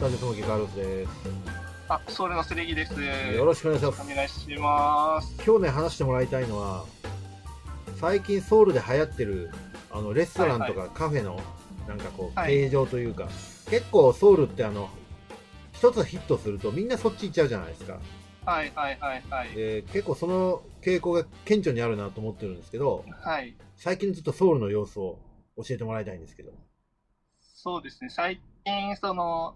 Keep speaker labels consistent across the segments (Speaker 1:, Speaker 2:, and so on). Speaker 1: ガールズで
Speaker 2: あ、ソウルのセレギです。
Speaker 1: す。よろしくお願いします。
Speaker 2: お願いします。
Speaker 1: 今日ね、話してもらいたいのは、最近ソウルで流行ってる、あの、レストランとかカフェの、なんかこう、
Speaker 2: はい
Speaker 1: 形状というか、結構ソウルってあの、一つヒットするとみんなそっち行っちゃうじゃないですか。
Speaker 2: はいはいはいはい。
Speaker 1: で結構その傾向が顕著にあるなと思ってるんですけど、
Speaker 2: はい。
Speaker 1: 最近ちょっとソウルの様子を教えてもらいたいんですけど。
Speaker 2: そうですね。最近、その、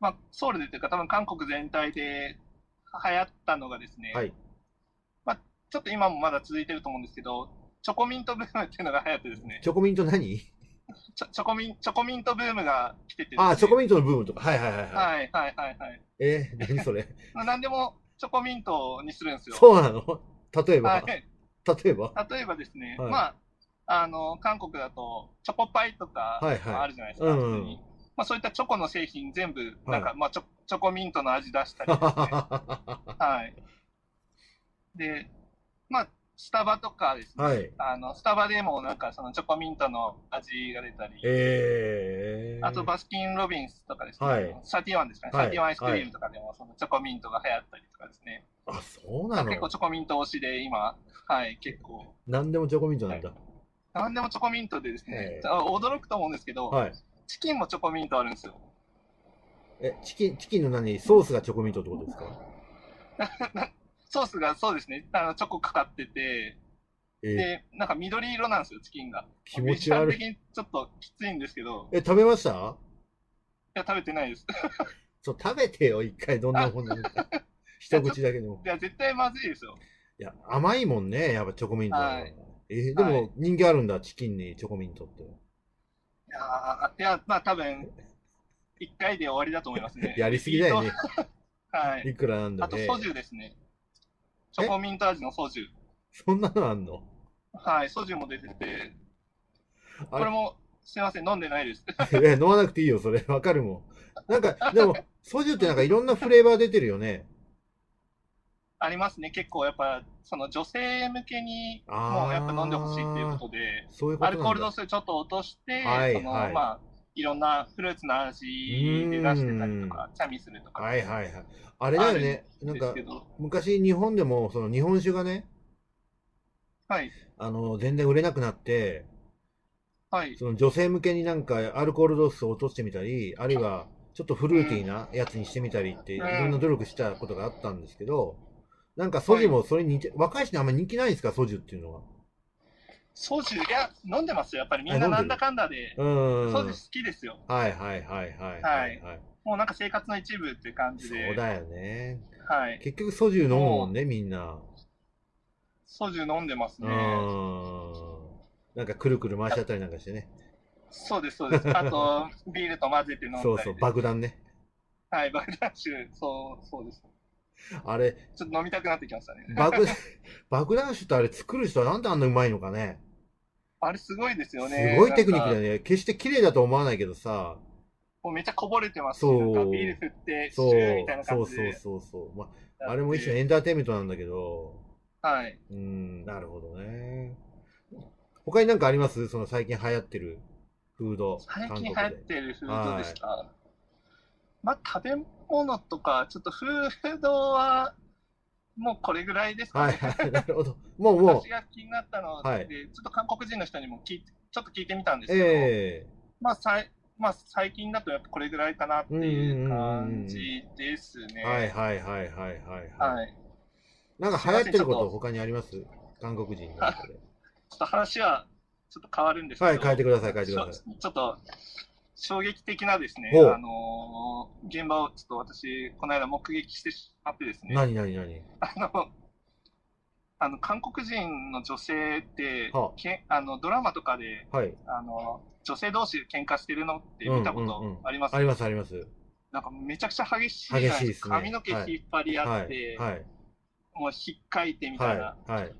Speaker 2: まあ、ソウルでというか、多分韓国全体で流行ったのがですね、
Speaker 1: はい。
Speaker 2: ちょっと今もまだ続いてると思うんですけど、チョコミントブームっていうのが流行ってですね、
Speaker 1: チョコミント何
Speaker 2: チョチョコミンチョコミントブームが来ててですね、
Speaker 1: ああ、チョコミントのブームとか。はいはいはいはい。
Speaker 2: はいはいはいはい。
Speaker 1: えー、何それ
Speaker 2: まあ何でもチョコミントにするんですよ。
Speaker 1: そうなの例えば、
Speaker 2: はい。
Speaker 1: 例えば
Speaker 2: 例えばですね、
Speaker 1: はい
Speaker 2: まあ、あの、韓国だと、チョコパイとか
Speaker 1: はいはい
Speaker 2: あるじゃないですか、
Speaker 1: うんうん
Speaker 2: 普通に。まあ、そういったチョコの製品全部、なんか、
Speaker 1: は
Speaker 2: まあチョ、チョコミントの味出したりです ね。
Speaker 1: は
Speaker 2: はい。で、まあ、スタバとかですね、
Speaker 1: い。
Speaker 2: あの、スタバでもなんか、そのチョコミントの味が出たり、
Speaker 1: えー。
Speaker 2: あとバスキン・ロビンスとかですね、
Speaker 1: はい
Speaker 2: サティワンですかね、
Speaker 1: はい
Speaker 2: サティワンアイスクリームとかでも、そのチョコミントが流行ったりとかですね、
Speaker 1: あ、そうなの
Speaker 2: 結構チョコミント推しで今、はい、結構、
Speaker 1: 何でもチョコミントなんだ。
Speaker 2: なんでもチョコミントでですね
Speaker 1: え、え
Speaker 2: あ驚くと思うんですけど、
Speaker 1: はい。
Speaker 2: チキンもチョコミントあるんですよ。
Speaker 1: え、チキン、チキンの何ソースがチョコミントってことですか
Speaker 2: ソースがそうですね、あのチョコかかってて、
Speaker 1: えー
Speaker 2: で、なんか緑色なんですよ、チキンが。
Speaker 1: 気持ち悪
Speaker 2: ビ
Speaker 1: い。
Speaker 2: ジュアル的にちょっときついんですけど、
Speaker 1: え、食べました
Speaker 2: いや、食べてないです。
Speaker 1: そう、食べてよ、一回、どんなもんなのか。一口だけでも
Speaker 2: い。や、絶対まずいですよ。
Speaker 1: いや、甘いもんね、やっぱチョコミントは。
Speaker 2: はい
Speaker 1: えーで
Speaker 2: は
Speaker 1: も人気あるんだ、チキンにチョコミント って。。
Speaker 2: いやー、いやまあ多分、一回で終わりだと思いますね
Speaker 1: やりすぎだよね。
Speaker 2: はい。
Speaker 1: いくらなんで
Speaker 2: あ
Speaker 1: も
Speaker 2: と、
Speaker 1: ね。
Speaker 2: ソジュですね。チョコミント味のソジュ。
Speaker 1: そんなのあんの
Speaker 2: はい、ソジュも出てて、
Speaker 1: あ
Speaker 2: こ
Speaker 1: れ
Speaker 2: れも、すいません、飲んでないです。
Speaker 1: え、飲まなくていいよ、それ。わ かるもん。なんか、でも、ソジュってなんかいろんなフレーバー出てるよね。
Speaker 2: ありますね、結構やっぱ、その女性向けに、
Speaker 1: あー
Speaker 2: もうやっぱ飲んでほしいっていうことで、
Speaker 1: そういうこと
Speaker 2: ア
Speaker 1: なん
Speaker 2: ル
Speaker 1: だ。
Speaker 2: コール度数ちょっと落として、
Speaker 1: はい
Speaker 2: その
Speaker 1: はい
Speaker 2: まあ、いろんなフルーツの味で出してたりとか、チャミスルとか
Speaker 1: はいはいはい。あれだよね。なん
Speaker 2: です
Speaker 1: か
Speaker 2: け、ど、
Speaker 1: 昔日本でも、その日本酒がね、
Speaker 2: はい、
Speaker 1: あの、全然売れなくなって、
Speaker 2: はい、
Speaker 1: その女性向けになんかアルコール度数を落としてみたり、あるいはちょっとフルーティーなやつにしてみたりって、い
Speaker 2: うん
Speaker 1: ろんな努力したことがあったんですけど、なんかソジュもそれに似て、若い人にあんまり人気ないんですか、ソジュっていうのは。
Speaker 2: ソジュ、いや、飲んでますよ、やっぱりみんななんだかんだで、
Speaker 1: う
Speaker 2: ソ
Speaker 1: ー
Speaker 2: ジュ
Speaker 1: ん
Speaker 2: 好。きですよ、
Speaker 1: はいはいはいはいはい、はい。
Speaker 2: もうなんか生活の一部って感じ
Speaker 1: そ
Speaker 2: で、
Speaker 1: うだよね。
Speaker 2: はい、
Speaker 1: 結局ソジュ飲むもんね、みんな。
Speaker 2: ソジュ飲んでます
Speaker 1: うー
Speaker 2: ね。
Speaker 1: ん。なんかくるくる回しちゃったりなんかしてね。
Speaker 2: そうです、そうです。あと、ビールと混ぜて飲んだり
Speaker 1: そうそう、
Speaker 2: です
Speaker 1: 爆弾ね。
Speaker 2: はい、バルダッシュ、そう、そうです。
Speaker 1: あれ、
Speaker 2: ちょっと飲みたくなってきましたね。
Speaker 1: 爆、爆弾酒ってあれ作る人はなんであんなうまいのかね。
Speaker 2: あれすごいですよ
Speaker 1: す
Speaker 2: ね。
Speaker 1: ごいテクニックだよ
Speaker 2: ね。
Speaker 1: ね。決して綺麗だと思わないけどさ。
Speaker 2: もうめっちゃこぼれてますし
Speaker 1: そう
Speaker 2: なんかビール振って、シ
Speaker 1: そう
Speaker 2: ューみたいな、
Speaker 1: そ
Speaker 2: 感
Speaker 1: う
Speaker 2: じ
Speaker 1: そう
Speaker 2: で。
Speaker 1: そうそう。まあ、あれも一種のエンターテインメントなんだけど。
Speaker 2: はい。
Speaker 1: うん、なるほどね。他になんかありますその最近流行ってるフード。
Speaker 2: 最近流
Speaker 1: 韓
Speaker 2: 行
Speaker 1: 国
Speaker 2: っ
Speaker 1: で。
Speaker 2: てるフードですか。まあ、食べ物とか、ちょっとフードは、もうこれぐらいですか
Speaker 1: はい
Speaker 2: ね。
Speaker 1: はい、なるほど。もうもう
Speaker 2: 私、が気になったので、
Speaker 1: はい
Speaker 2: ちょっと韓国人の人にも聞いて、ちょっと聞いてみたんですけど、
Speaker 1: え
Speaker 2: まあ、さいまあ、最近だとやっぱこれぐらいかなっていう感じです
Speaker 1: え
Speaker 2: ね。
Speaker 1: はいはいはいはいはい。
Speaker 2: はい。
Speaker 1: なんか流行ってるこ
Speaker 2: すいませんちょ
Speaker 1: と
Speaker 2: っと
Speaker 1: 他にあります韓国 人の中で。
Speaker 2: ちょっと話はちょっと変わるんですけど、
Speaker 1: はい、変えてください、変えてください。
Speaker 2: ちょちょっと衝撃的なですね、
Speaker 1: ほう
Speaker 2: あのー現場をちょっと私、この間目撃してしまってですね、
Speaker 1: 何何何
Speaker 2: あの、あの韓国人の女性って、
Speaker 1: はあ
Speaker 2: けあのドラマとかで、
Speaker 1: はい。
Speaker 2: あの女性同士で喧嘩してるのって見たこ
Speaker 1: うんうん
Speaker 2: と
Speaker 1: うん
Speaker 2: あります、
Speaker 1: ありますあります。
Speaker 2: なんかめちゃくちゃ激しいじゃないです
Speaker 1: 激しいです
Speaker 2: か
Speaker 1: ね
Speaker 2: 髪の毛
Speaker 1: はい
Speaker 2: 引っ張り合
Speaker 1: は
Speaker 2: って、
Speaker 1: い。はい。
Speaker 2: もう引っかいてみたいな、
Speaker 1: はい。はい。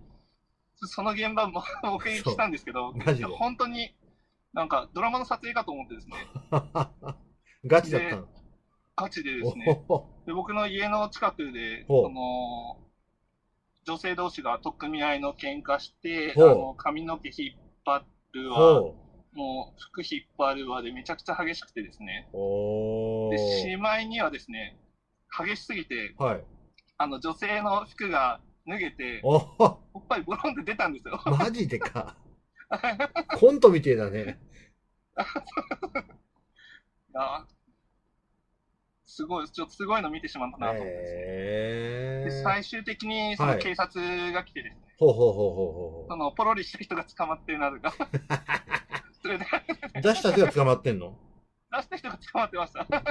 Speaker 2: その現場も 目撃したんですけど、
Speaker 1: マジで
Speaker 2: 本当になんかドラマの撮影かと思ってですね、
Speaker 1: ガチだったの。
Speaker 2: ガチでで
Speaker 1: お
Speaker 2: すね、
Speaker 1: ほほ
Speaker 2: で僕の家の近くで、
Speaker 1: ほう
Speaker 2: その女性同士が取っ組み合いの喧嘩して、あ
Speaker 1: ほう
Speaker 2: の髪の毛引っ張るわ、
Speaker 1: ほ
Speaker 2: もう服引っ張るわでめちゃくちゃ激しくてですね、
Speaker 1: う。おお
Speaker 2: で、
Speaker 1: ー
Speaker 2: しまいにはですね、激しすぎて、
Speaker 1: はい。
Speaker 2: あの、女性の服が脱げて、
Speaker 1: おー
Speaker 2: おっぱいボロンって出たんですよ。
Speaker 1: マジで か。コントみてえだね。
Speaker 2: あすごい、ちょっとすごいの見てしまったなと思って、
Speaker 1: へ
Speaker 2: で
Speaker 1: え。
Speaker 2: 最終的にその警察が来てですね、
Speaker 1: ほうほうほうほうほ
Speaker 2: そのポロリした人が捕まってるなと か、それで
Speaker 1: う。出した手が捕まってんの
Speaker 2: 出した人が捕まってました。なん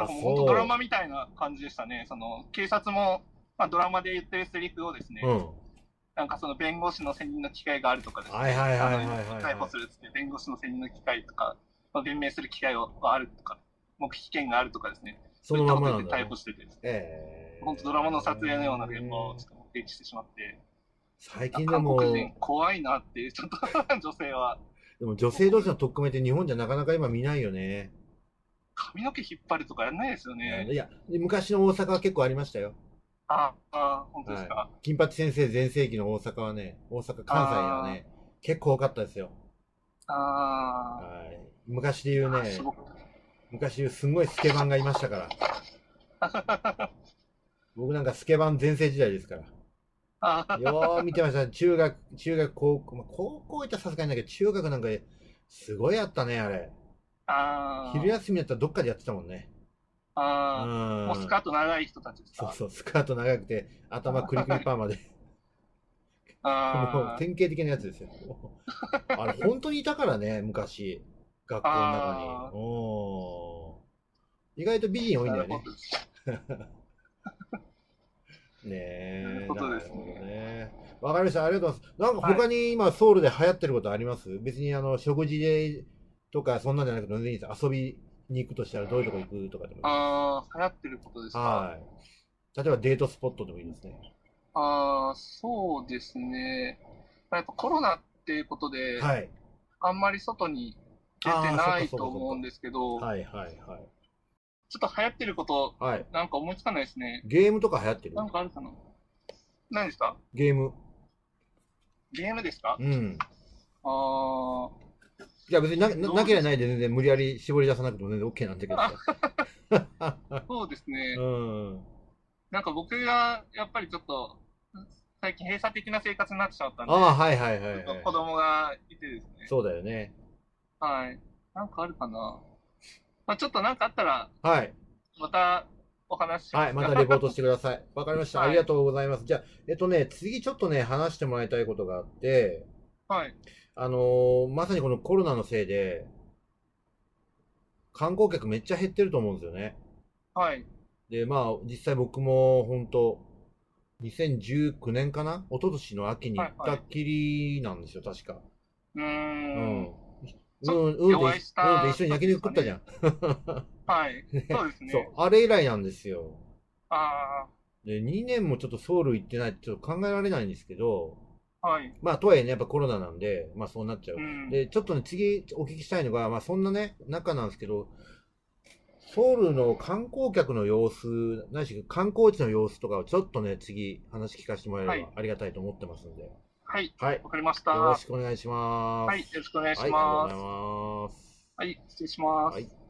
Speaker 1: あ、
Speaker 2: かもう
Speaker 1: そ
Speaker 2: 本当ドラマ
Speaker 1: う。
Speaker 2: みたいな感じでしたね。その警察も、まあ、ドラマで言ってるセリフをですね、
Speaker 1: うん。
Speaker 2: なんかその弁護士の選任の機会があるとかですね、
Speaker 1: はいはいはいはいはいはい
Speaker 2: あの逮捕するっつって弁護士の選任の機会とか、まあ、弁明する機会はあるとか、目撃権があるとかですね、
Speaker 1: そのまんま
Speaker 2: そ
Speaker 1: な
Speaker 2: う
Speaker 1: い
Speaker 2: っ
Speaker 1: ん
Speaker 2: たこと
Speaker 1: だ、ね
Speaker 2: 言って逮捕。しててですね、
Speaker 1: ええ。
Speaker 2: 本当ドラマの撮影のような現場をちょっと目撃してしまって、
Speaker 1: 最近で
Speaker 2: 韓
Speaker 1: も、
Speaker 2: 国
Speaker 1: で
Speaker 2: 人怖いなって、ちょっと 女性は
Speaker 1: も女性同士の特っめって日本じゃなかなか今見ないよね。
Speaker 2: 髪の毛引っ張るとかやんないですよね。
Speaker 1: いや、昔の大阪は結構ありましたよ。
Speaker 2: ああ、本当ですか。
Speaker 1: 金八先生全盛期の大阪はね、大阪、関西はね、結構多かったですよ。
Speaker 2: あ
Speaker 1: はい。昔で言
Speaker 2: あ、
Speaker 1: うね
Speaker 2: す、ごく
Speaker 1: 昔で言うすんごいスケバンがいましたから。僕なんかスケバン全盛時代ですから。
Speaker 2: あー
Speaker 1: よう見てました。中学、中学、高校、まあ、高校行ったらさすがにだけど、中学なんかすごいあったね、あれ。
Speaker 2: あー、
Speaker 1: 昼休みだったらどっかでやってたもんね。う
Speaker 2: ああ、
Speaker 1: ん
Speaker 2: もうスカート長い人たちです
Speaker 1: そう
Speaker 2: か。
Speaker 1: そう、スカート長くて、頭クリクリパーマで。も う
Speaker 2: あー
Speaker 1: 典型的なやつですよ。 あれ、本当にいたからね、昔。学校の中に。
Speaker 2: あ
Speaker 1: おー意外と美人多いんだよ
Speaker 2: なる
Speaker 1: ねねえ。
Speaker 2: ほ。どですなるほどですね
Speaker 1: なるほどねわかりました。ありがとうございます。なんか他に今、ソウルで流行ってることあります別に、あの、食事でとか、そんなんじゃなくて、全然いいです遊びに行くとしたら、どういうとこ行くとかでもいいで
Speaker 2: ああ、流行ってることです
Speaker 1: す。
Speaker 2: か。
Speaker 1: はい。例えば、デートスポットでもいいですね。
Speaker 2: ああ、そうですね。まあやっぱコロナっていうことで、
Speaker 1: はい。
Speaker 2: あんまり外に出て
Speaker 1: あーそっか
Speaker 2: な
Speaker 1: そっ
Speaker 2: い
Speaker 1: かそっか
Speaker 2: と思うんですけど、
Speaker 1: はい、はい、はい。
Speaker 2: ちょっと流行ってること、
Speaker 1: はい。
Speaker 2: なんか思いつかないですね。
Speaker 1: ゲームとか流行ってる
Speaker 2: なんかあるかな何ですか
Speaker 1: ゲーム。
Speaker 2: ゲームですか
Speaker 1: うん。
Speaker 2: あー
Speaker 1: いや別になな
Speaker 2: どう
Speaker 1: なければないで全然無理やり絞り出さなくても全然 OK なんだけどさ。
Speaker 2: そうですね。
Speaker 1: うん。
Speaker 2: なんか僕がやっぱりちょっと、最近閉鎖的な生活になってしまったんで、
Speaker 1: ああ、はいはいは
Speaker 2: ちょ
Speaker 1: い、
Speaker 2: っ
Speaker 1: は
Speaker 2: と
Speaker 1: い。
Speaker 2: 子供がいてですね。
Speaker 1: そうだよね。
Speaker 2: はい。なんかあるかな。まあ、ちょっとなんかあったら、
Speaker 1: はい。
Speaker 2: またお話しし
Speaker 1: はい。
Speaker 2: ま
Speaker 1: ますたレポートしてください。わかりました。
Speaker 2: はい
Speaker 1: ありがとうございます。じゃあ、えっとね、次ちょっとね、話してもらいたいことがあって、
Speaker 2: はい。
Speaker 1: あのーまさにこのコロナのせいで、観光客めっちゃ減ってると思うんですよね。
Speaker 2: はい。
Speaker 1: で、まあ、実際僕も本当2019年かな一昨年の秋に行ったっきりなんですよ、確か。
Speaker 2: うー。
Speaker 1: うんん。う
Speaker 2: そ
Speaker 1: ん、うん
Speaker 2: お
Speaker 1: と
Speaker 2: 会い
Speaker 1: 一
Speaker 2: した
Speaker 1: うんと一緒に焼肉食ったじゃん。
Speaker 2: はい。そうです
Speaker 1: そう
Speaker 2: ね。、
Speaker 1: あれ以来なんですよ。
Speaker 2: あ
Speaker 1: で、2年もちょっとソウル行ってないってちょっと考えられないんですけど、
Speaker 2: あ、はい。
Speaker 1: まあ、とはいえね、やっぱコロナなんで、まあそうなっちゃ
Speaker 2: う
Speaker 1: う。
Speaker 2: ん。
Speaker 1: で、ちょっとね、次お聞きしたいのが、まあそんなね、中なんですけど、ソウルの観光客の様子、ないし観光地の様子とかをちょっとね、次話聞かせてもらえれば
Speaker 2: は
Speaker 1: ありがたいと思ってますんで。
Speaker 2: はい。
Speaker 1: はい。
Speaker 2: わかりました。
Speaker 1: よろ
Speaker 2: は
Speaker 1: しくお願いします。
Speaker 2: い。よろしくお願いし
Speaker 1: はい、ありが
Speaker 2: ま
Speaker 1: と
Speaker 2: す
Speaker 1: う。ございます。
Speaker 2: はい。失礼します
Speaker 1: はい。